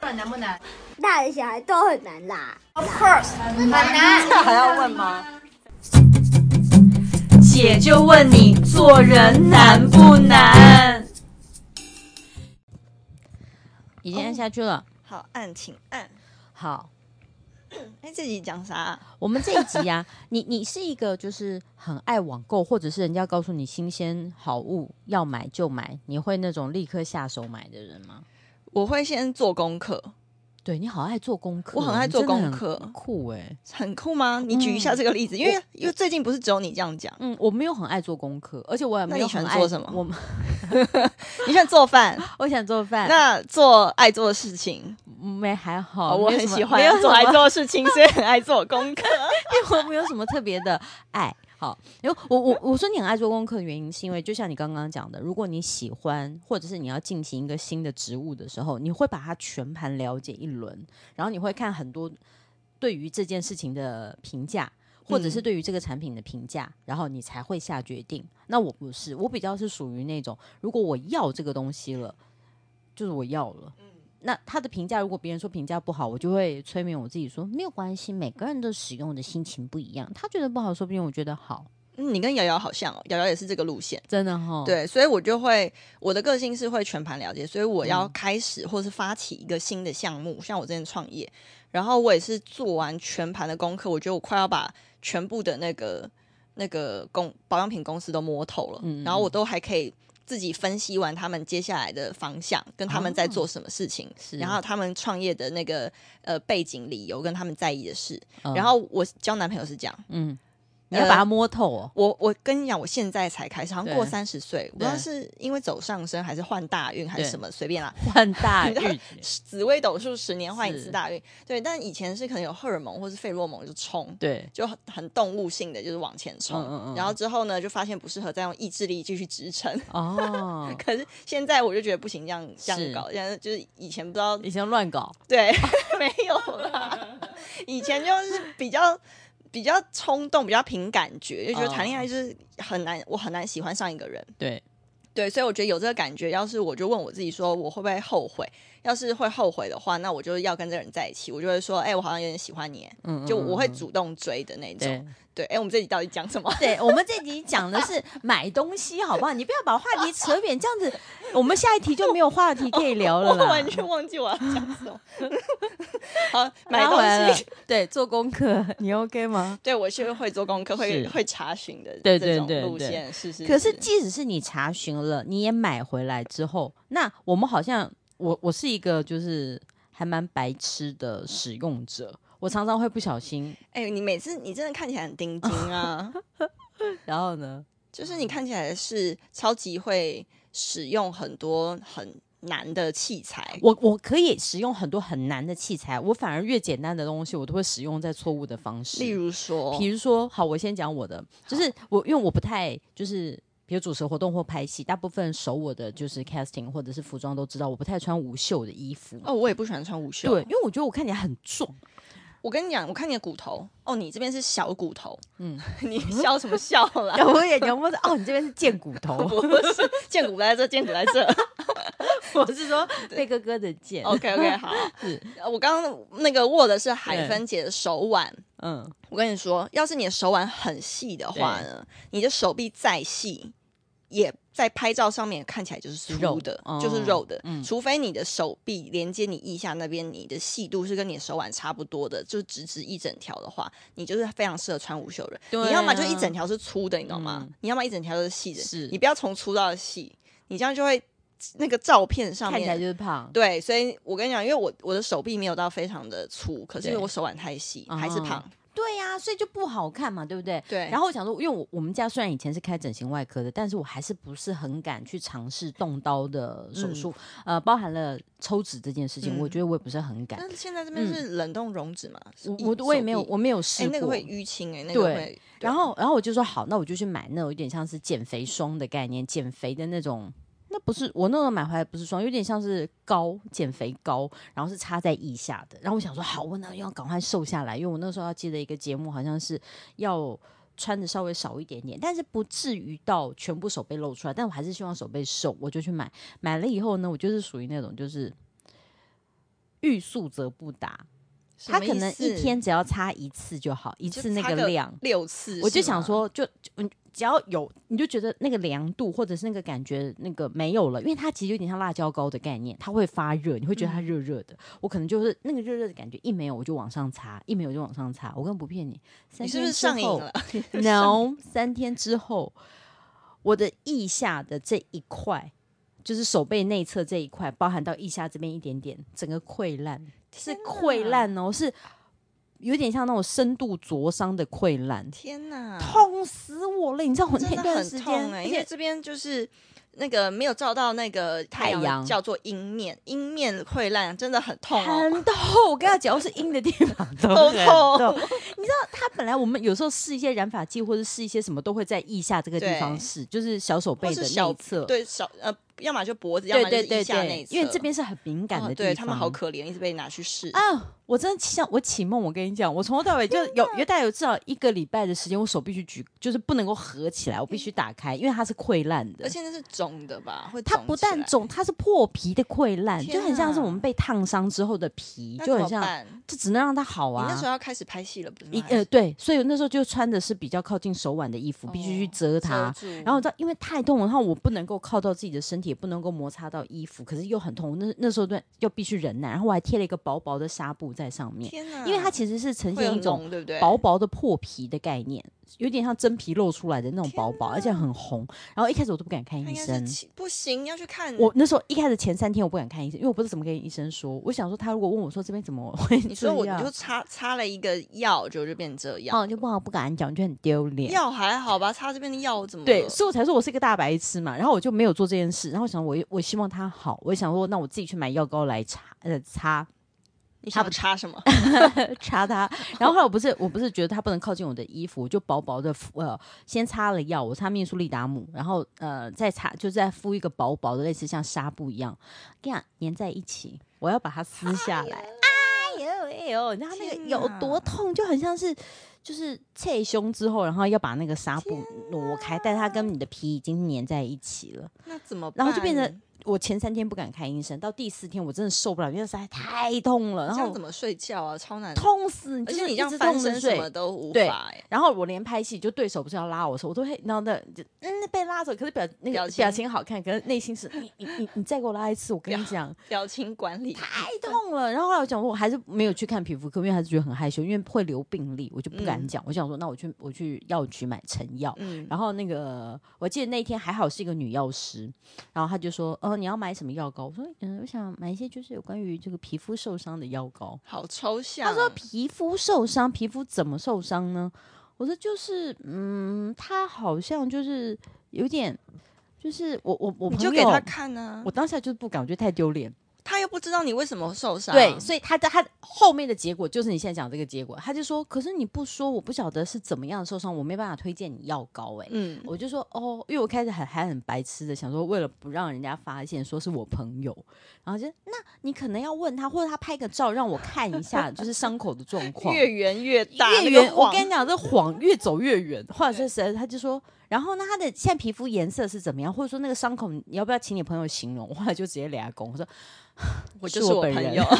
难不难大人小孩都很难啦。 ？Of course，很难。这还要问吗？姐就问你做人难不难？已经按哦下去了。好，按请按。好，哎，自己讲啥啊？我们这一集啊，你你是一个就是很爱网购，或者是人家告诉你新鲜好物要买就买，你会那种立刻下手买的人吗？我会先做功课，对你好爱做功课，我很爱做哦你真的很功课酷哎、很酷欸吗？你举一下这个例子，因为因为最近不是只有你这样讲，嗯，我没有很爱做功课，而且我也那没你有喜欢很爱做什么我你喜欢做 饭，我想做饭，那做爱做的事情，没还好，哦我没有很什么喜没欢有做什爱么做的事情，所以很爱做功课。我没有什么特别的爱。好，因为我我我说你很爱做功课的原因，是因为就像你刚刚讲的，如果你喜欢或者是你要进行一个新的职务的时候，你会把它全盘了解一轮，然后你会看很多对于这件事情的评价，或者是嗯对于这个产品的评价，然后你才会下决定。那我不是，我比较是属于那种，如果我要这个东西了，就是我要了。那他的评价，如果别人说评价不好，我就会催眠我自己说没有关系，每个人的使用的心情不一样，他觉得不好，说不定我觉得好， 嗯你跟瑶瑶好像哦，瑶瑶也是这个路线。真的哈。，对，所以我就会我的个性是会全盘了解，所以我要嗯开始或是发起一个新的项目，像我之前创业，然后我也是做完全盘的功课，我觉得我快要把全部的那个那个公保养品公司都摸透了，嗯嗯然后我都还可以。自己分析完他们接下来的方向，跟他们在做什么事情，哦是然后他们创业的那个呃背景、理由跟他们在意的事。嗯然后我交男朋友是这样，嗯，你要把它摸透哦。我我跟你讲，我现在才开始，好像过对三十岁，我不知道是因为走上升还是换大运还是对什么，随便啦。 换大你知运，紫微斗数十年换一次是大运，对。但以前是可能有荷尔蒙或是费洛蒙就冲， 对，就很很动物性的就是往前冲。嗯嗯嗯然后之后呢，就发现不适合，再用意志力继续支撑。 哦，可是现在我就觉得不行，这样这样是搞，现在就是以前不知道 以前乱搞，对， 没有啦。以前就是比较比较冲动，比较凭感觉，就觉得谈哦恋爱就是很难，我很难喜欢上一个人。对，对，所以我觉得有这个感觉，要是我就问我自己说，我会不会后悔？要是会后悔的话，那我就要跟这个人在一起。我就会说，哎、我好像有点喜欢你，嗯，嗯就我会嗯嗯主动追的那种。对。对，哎、我们这里到底讲什么？ 对，我们这集讲的是买东西，好不 好？你不要把话题扯远，这样子我们下一题就没有话题可以聊了 我啦。 完全忘记我要讲什么。 好，买拉回来东了西，，对，做功课，你 OK 吗？ 对我是会做功课，会是会查询的对这对种对路对线，是是。可是，即使是你查询了，你也买回来之后，那我们好像，我我是一个就是还蛮白痴的使用者，我常常会不小心，哎、你每次你真的看起来很钉钉 啊，然后呢，就是你看起来是超级会使用很多很难的器材。我我可以使用很多很难的器材，我反而越简单的东西，我都会使用在错误的方式。例如说比，如说，好，我先讲我的，就是我因为我不太就是。比如主持活动或拍戏，大部分熟我的就是 casting 或者是服装都知道，我不太穿无袖的衣服。哦，我也不喜欢穿无袖。对，因为我觉得我看起来很壮，我跟你讲，我看你的骨头，哦，你这边是小骨头，嗯，你笑什么笑 啦？我也讲不是哦，你这边是见骨 头，不是，剑骨在这，剑骨在 这。我是 说贝哥哥的见。 OK OK，好。呃是我刚刚那个握的是海芬姐的手腕，嗯，我跟你说，要是你的手腕很细的话呢，你的手臂再细，也在拍照上面看起来就是粗的，肉就是肉的。嗯除非你的手臂连接你腋下那边，你的细度是跟你的手腕差不多的，就是直直一整条的话，你就是非常适合穿无袖的。对啊你要么就一整条是粗的，你懂吗？嗯你要么一整条都是细的，是你不要从粗到细，你这样就会那个照片上看起来面。就是胖。对，所以我跟你讲，因为我我的手臂没有到非常的粗，可是因为对我手腕太细，还是哦胖。对呀、所以就不好看嘛，对不对？对然后我想说，因为我我们家虽然以前是开整形外科的，但是我还是不是很敢去尝试动刀的手术，呃，包含了抽脂这件事情，嗯我觉得我也不是很敢。但是现在这边是冷冻溶脂嘛？是嗯我一我我也没有，手臂我没有试哎、过。那个会淤青哎、那个对会。然后，然后我就说好，那我就去买那种有点像是减肥霜的概念，减肥的那种。那不是我那时候买回来不是霜，有点像是膏，减肥膏，然后是插在腋下的。然后我想说，好，我那要赶快瘦下来，因为我那时候要接的一个节目，好像是要穿的稍微少一点点，但是不至于到全部手背露出来，但我还是希望手背瘦，我就去买。买了以后呢，我就是属于那种就是欲速则不达，什他么可能意思一天只要擦一次就好，一就次那擦个量。六次，我就是吗想，说，就就嗯只要有，你就觉得那个凉度或者是那个感觉那个没有了，因为它其实有点像辣椒膏的概念，它会发热，你会觉得它嗯热热的。我可能就是那个热热的感觉一没有我就往上擦，一没有就往上擦，我根本不骗你。三你是天不是之上瘾后了？ ？No，三天之后，我的腋下的这一块。就是手背内侧这一块，包含到腋下这边一点点，整个溃烂，是溃烂哦，是有点像那种深度灼伤的溃烂。天哪，痛死我了！你知道我嗯真那的段很时间，痛哎、而因为且这边就是那个没有照到那个太太阳叫做阴面，阴面溃烂真的很痛哦。很痛。 我跟他讲，要是阴的地方都都很痛痛。你知道，他本来我们有时候试一些染发剂，或者试一些什么，都会在腋下这个地方对试，就是小手或背的是小内侧。对小呃，要么就脖子，要对么就对是腋对下那一对，侧，因为这边是很敏感的哦地方。对他们好可怜，一直被拿去试。啊！我真的像我启梦，我跟你讲，我从头到尾就有有大概有至少一个礼拜的时间，我手必须举，就是不能够合起来，我嗯必须打开，因为它是溃烂的，而且那是肿的吧？会它肿不起但来，肿，它是破皮的溃烂，天就很像是啊我们被烫伤之后的皮，那就怎很么像，办就只能让它好你那时候啊。要开始拍戏了，不是一吗？呃对，所以那时候就穿的是比较靠近手腕的衣服，必须去哦遮它。遮住嗯然后你知道，因为太痛了，然后我不能够靠到自己的身体，也不能够摩擦到衣服，可是又很痛。那那时候对，又必须忍耐，然后我还贴了一个薄薄的纱布在上面，天哪，因为它其实是呈会现有一种脓欸对不对？薄薄的破皮的概念，有点像真皮露出来的那种薄薄，而且很红。然后一开始我都不敢看啊它医应该生是，起不行，要去看我那时候一开始前三天我不敢看医生，因为我不知道怎么跟医生说。我想说，他如果问我说这边怎么会你说我这样你就擦擦了一个药，就就变这样。哦，就不好不敢讲，就很丢脸。药还好吧，擦这边的药怎么了对，所以我才说我是一个大白痴嘛。然后我就没有做这件事。然后我想我我希望他好，我想说那我自己去买药膏来擦呃擦你想擦什 么？擦它。然后后来我不是我不是觉得它不能靠近我的衣服，我就薄薄的敷呃先擦了药，我擦面舒利达姆，然后呃再擦就再敷一个薄薄的类似像纱布一样，跟你讲粘在一起，我要把它撕下来。哎呦哎呦，你知道那个天有哪多痛，就很像是就是切胸之后，然后要把那个纱布挪开，但它跟你的皮已经粘在一起了。那怎么办？然后就变成我前三天不敢看医生，到第四天我真的受不了，因为实在太痛了，然这样后怎么睡觉啊？超难，痛死，而就且是你一这样直翻痛着身什睡么都无对法欸。然后我连拍戏，就对手不是要拉我的时候，我都会，然后那就嗯被拉走，可是表那个表表情情好看，可是内心是你你你你再给我拉一次，我跟你讲表情管理太痛了。然后后来我讲说，我还是没有去看皮肤科，因为还是觉得很害羞，因为会留病历，我就不敢嗯讲。我想说，那我去我去药局买成药，嗯，然后那个，我记得那一天还好是一个女药师，然后她就说：“哦，你要买什么药膏？”我说：“嗯，我想买一些就是有关于这个皮肤受伤的药膏。好抽”象。啊她说：“皮肤受伤，皮肤怎么受伤呢？”我说：“就是，嗯，她好像就是有点，就是我我我你朋就给友，他看啊我，当下就是不敢，我觉得太丢脸。他又不知道你为什么受伤。对，所以他的他后面的结果就是你现在讲这个结果，他就说：‘可是你不说，我不晓得是怎么样受伤，我没办法推荐你药膏、欸。’哎，嗯，我就说哦，因为我开始很还很白痴的想说，为了不让人家发现说是我朋友，然后就那你可能要问他，或者他拍个照让我看一下，就是伤口的状 况。越圆越大，越那个远，我谎跟你讲，这谎越走越远。或者是谁，他就说，然后呢，他的现在皮肤颜色是怎么样，或者说那个伤口，你要不要请你朋友形容？我后来就直接俩拱，我说 我是就是我我本朋人友。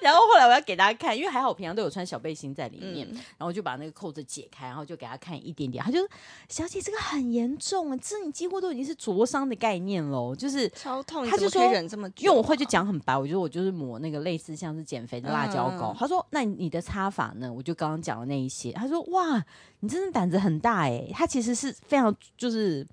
然后后来我要给大家看，因为还好我平常都有穿小背心在里面，嗯然后就把那个扣子解开，然后就给他看一点点。他就说小姐，这个很严重啊，这你几乎都已经是灼伤的概念喽。就是超痛，你他怎么就可以说忍这么久啊？因为我会就讲很白，我觉得我就是抹那个类似像是减肥的辣椒膏。嗯他说：“那你的擦法呢？”我就刚刚讲的那一些。他说：“哇，你真的胆子很大诶、他其实是非常就是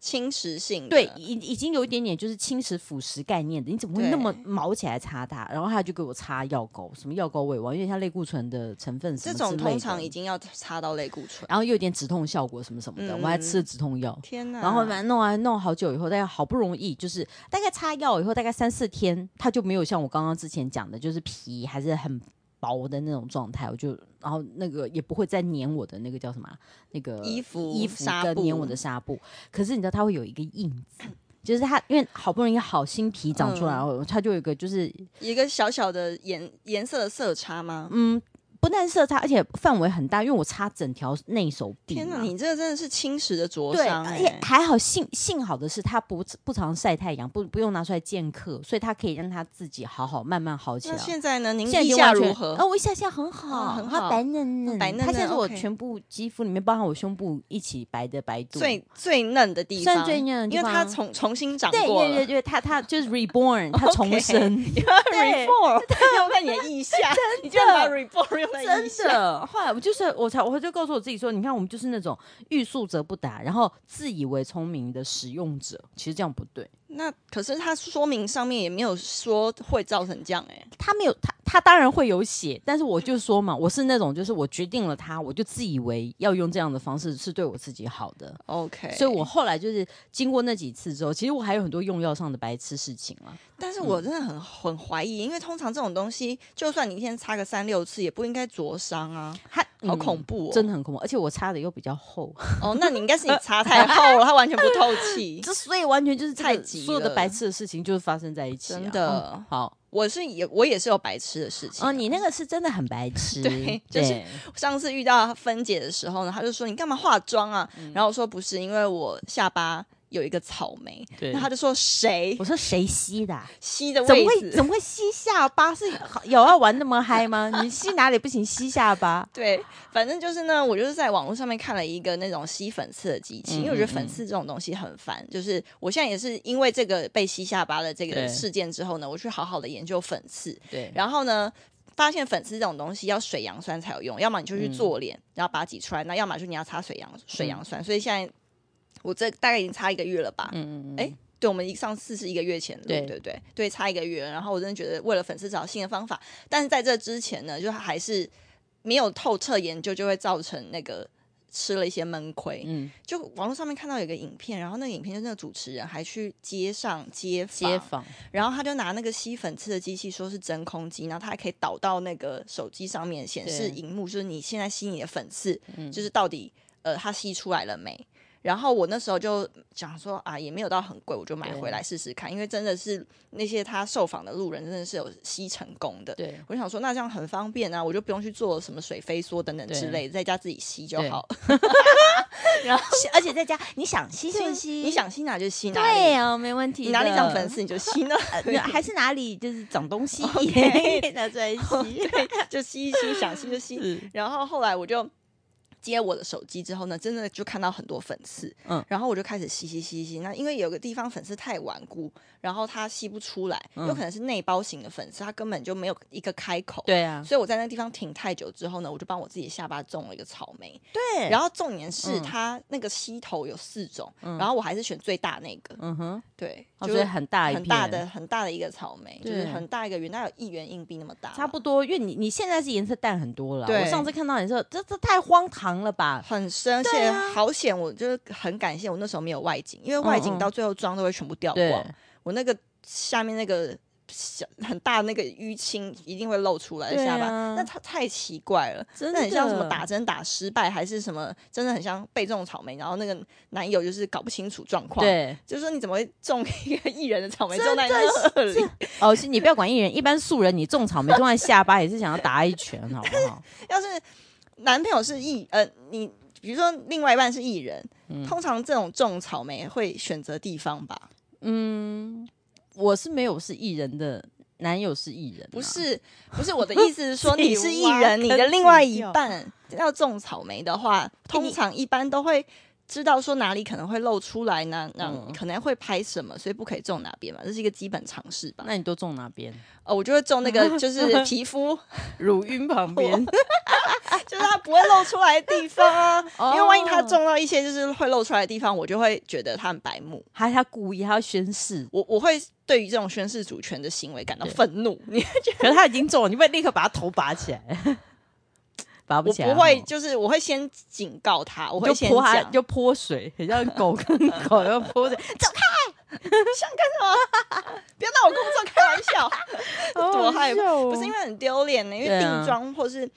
侵蚀性的对，已已经有一点点就是侵蚀腐蚀概念的，你怎么会对那么毛起来擦它？然后他就给我擦药膏，什么药膏我也忘，因为像类固醇的成分什这么种之类通的常已，经要擦到类固醇。然后又有点止痛效果什么什么的，我还嗯吃了止痛药。天哪！然后反正弄完弄好久以后，大概好不容易就是大概擦药以后，大概三四天，它就没有像我刚刚之前讲的，就是皮还是很薄的那种状态。我就然后那个也不会再粘我的那个叫什么啊那个衣服衣服纱跟布粘我的纱布。可是你知道它会有一个印子，就是它因为好不容易好新皮长出来，嗯然后它就有一个就是一个小小的颜颜色的色差吗？嗯。不但色差，而且范围很大，因为我擦整条内手啊臂嘛。天哪，你这个真的是侵蚀的灼嗯对，哎伤、而且欸。还好幸幸好的是，它不不常晒太阳，不不用拿出来见客，所以它可以让它自己好好慢慢好起那来。现在呢？您现在已腋经下完全如何？哦，我下下很嗯好，很它好白嫩嫩，白嫩它现在嫩是我，OK 全部肌肤里面，包含我胸部一起白的白度，最最嫩的地方，算最嫩的地因为它方重重新长对过对对了。对，它它就 是 reborn，它 OK 重生， 对 reform 用在你的腋下，你居然把 reform 用在腋真下，的。后来我就是我才我就告诉我自己说，你看我们就是那种欲速则不达，然后自以为聪明的使用者，其实这样不对。 那可是它说明上面也没有说会造成这样哎、他没有他他当然会有写，但是我嗯就说嘛，我是那种就是我决定了他，我就自以为要用这样的方式是对我自己好的。 OK，所以我后来就是经过那几次之后，其实我还有很多用药上的白痴事情啊。但是我真的很很怀疑，因为通常这种东西，就算你一天擦个三六次，也不应该灼伤啊，他好恐怖哦！嗯真的很恐怖，而且我擦的又比较厚，哦，那你应该是你擦太厚了，它完全不透 气。这所以完全就是这个太急了所有的白痴的事情就是发生在一起、啊，真的嗯好我是也我也是有白痴的事情哦，你那个是真的很白痴， 对就是对上次遇到芬姐的时候呢，她就说你干嘛化妆啊？嗯然后我说不是，因为我下巴有一个草莓。对那她就说谁我说谁吸的啊、吸的怎么位会置？怎么会吸下巴？是好有要玩那么嗨吗？你吸哪里不行？吸下巴。对，反正就是呢，我就是在网络上面看了一个那种吸粉刺的机器，因为我觉得粉刺这种东西很烦。就是我现在也是因为这个被吸下巴的这对个事件之后呢，我去好好的研究粉刺，对，然后呢，发现粉刺这种东西要水杨酸才有用，要么你就去嗯做脸，然后把它挤出来，那要么就你要擦水杨水杨酸。所以现在我这大概已经擦一个月了吧？嗯哎对，我们一上次是一个月前录，对对对对对，差一个月。然后我真的觉得为了粉丝找新的方法，但是在这之前呢，就还是没有透彻研究，就会造成那个吃了一些闷亏。嗯，就网络上面看到有一个影片，然后那个影片就那个主持人还去街上街街访，坊然后他就拿那个吸粉刺的机器，说是真空机，然后它还可以导到那个手机上面显示对嗯荧幕，就是你现在吸你的粉刺，就是到底呃它吸出来了没。然后我那时候就想说啊，也没有到很贵，我就买对回来试试看，因为真的是那些他受访的路人真的是有吸成功的。 对我想说，那这样很方便啊，我就不用去做什么水飞梭等等对之类的，在家自己吸就 好。而且在家你想吸就就是吸，你想吸哪就吸哪对里，啊，没问题的。你哪里长粉刺你就吸 那里，那还是哪里就是长东 西， OK 拿出 来吸。对，就吸一吸，想吸就吸。然后后来我就接我的手机之后呢，真的就看到很多粉刺，嗯嗯，然后我就开始吸吸吸吸。那因为有个地方粉刺太顽固，然后它吸不出来，嗯有可能是内包型的粉刺，它根本就没有一个开口。对啊，所以我在那个地方停太久之后呢，我就帮我自己的下巴种了一个草莓。对然然后后重点是嗯它那个吸头有四种，嗯然后我还是选最大那个，嗯哼，对，哦就所以是很大一很大片的很大的一个草莓，就是对很大一个圆，大概有一元硬币那么大吧，差不多，因为你你现在是颜色淡很多了。啊对我上次看到你说这这太荒唐了吧？很深，而且好险，我就是很感谢我那时候没有外景，因为外啊嗯嗯景到最后妆都会全部掉光，对，我那个下面那个小很大那个淤青一定会露出来的对啊下巴，那它太奇怪了，真那很像什么的打针打失败，还是什么，真的很像被种草莓，然后那个男友就是搞不清楚状况，，对。就是说你怎么会种一个艺人的草莓种在那里？ 哦，是你不要管艺人，一般素人你种草莓种在下巴也是想要打他一拳，好不好？要是男朋友是艺呃，你比如说另外一半是艺人，嗯通常这种种草莓会选择地方吧？嗯我是没有是艺人的男友是艺人啊、不是 不是我的意思是说，自己你是艺挖人，坑你的另外自己一跳半要种草莓的话，通常一般都会知道说哪里可能会露出来呢，那嗯可能会拍什么，所以不可以种哪边嘛，这是一个基本常识吧。那你都种哪边？哦，我就会种那 个就是皮肤，乳晕旁边，就是它不会露出来的地方 啊，因为万一它哦种到一些就是会露出来的地方，我就会觉得它很白目。。还是他故意，他要宣誓我我会对于这种宣示主权的行为感到愤怒，你可是他已经中了，你会立刻把他头拔起来，拔不我起来哦。不会，就是我会先警告他，我我会就先泼他，讲，就泼水，很像狗跟狗要泼不水，要拿我工作开玩 笑， 多害怕！不是因为为很丢脸呢，因为哦对啊定妆或是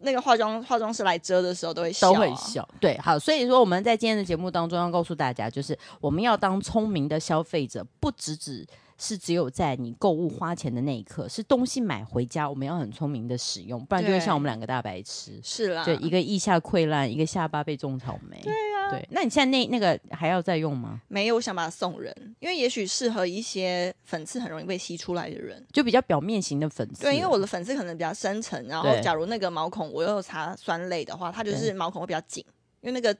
那个化妆化妆师来遮的时候都会笑、啊，都会。笑。对，好，所以说我们在今天的节目当中要告诉大家，就是我们要当聪明的消费者，不只只是只有在你购物花钱的那一刻，是东西买回家，我们要很聪明的使用，不然就会对啊像我们两个大白痴。是啦，对，一个腋下溃烂，一个下巴被种草莓。对啊，对。那你现在那那个还要再用吗？没有，我想把它送人，因为也许适合一些粉刺很容易被吸出来的人。就比较表面型的粉丝。对，因为我的粉刺可能比较深层，然后对假如那个毛孔我又有擦酸类的话，它就是对毛孔会比较紧，因为那个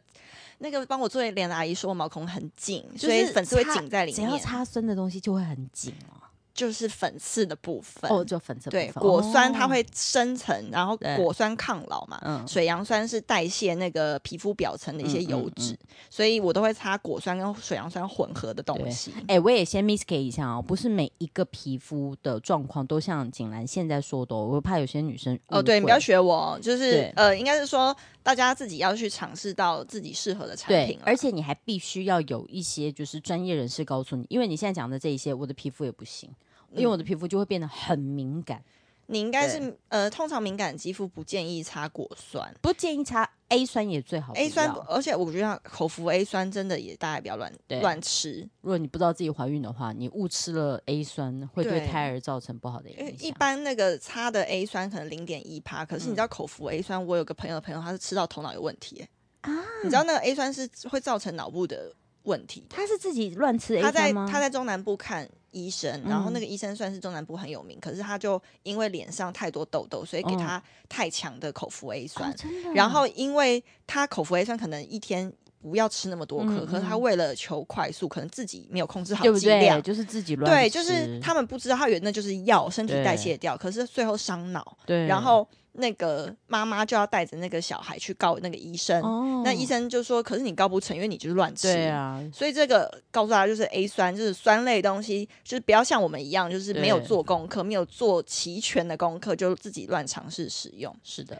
那个帮我做脸的阿姨说我毛孔很紧，就是所以粉刺会擦紧在里只要面，擦酸的东西就会很紧哦。就是粉刺的部分。哦，就粉色对，部分果酸它。哦会深层，然后对果酸抗老嘛，嗯水杨酸是代谢那个皮肤表层的一些嗯嗯油嗯脂，所以我都会擦果酸跟水杨酸混合的东对西。哎、我也先 miss 给一下哦，不是每一个皮肤的状况都像景兰现在说的、哦，我怕有些女生哦，对，误你会不要学我哦，就是对呃，应该是说大家自己要去尝试到自己适合的产品对啦，，而且你还必须要有一些就是专业人士告诉你，因为你现在讲的这一些，我的皮肤也不行，因嗯为我的皮肤就会变得很敏感，你应该是对呃，通常敏感肌肤不建议擦果酸。不建议擦 A 酸也最好不 A 酸要，而且我觉得口服 A 酸真的也大家不要乱对乱吃，如果你不知道自己怀孕的话，你误吃了 A 酸会对对胎儿造成不好的因为影响。嗯一般那个擦的 A 酸可能零点一帕，可是你知道口服 A 酸，我有个朋友的朋友他是吃到头脑有问题、欸、啊你知道那个 A 酸是会造成脑部的问题的。他是自己乱吃 A 他在酸吗？他在中南部看医生，然后那嗯个医生算是中南部很有名，可是他就因为脸上太多痘痘，所以给嗯他太强的口服 A 酸，哦真的然后因为他口服 A 酸可能一天。不要吃那么多颗，嗯可是他嗯为了求快速，可能自己没有控制好对不剂量对？，就是自己乱对，吃就是他们不知道，他以为那就是药，身体对代谢掉，可是最后伤脑，对，然后那个妈妈就要带着那个小孩去告那个医生，哦，那医生就说，可是你告不成，因为你就是乱吃，对啊，所以这个告诉大家，就是 A 酸，就是酸类东西，就是不要像我们一样，就是没有对做功课，没有做齐全的功课，就自己乱尝试使用。是的，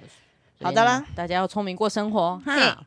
好所以的呢啦，大家要聪明过生活哈嘿。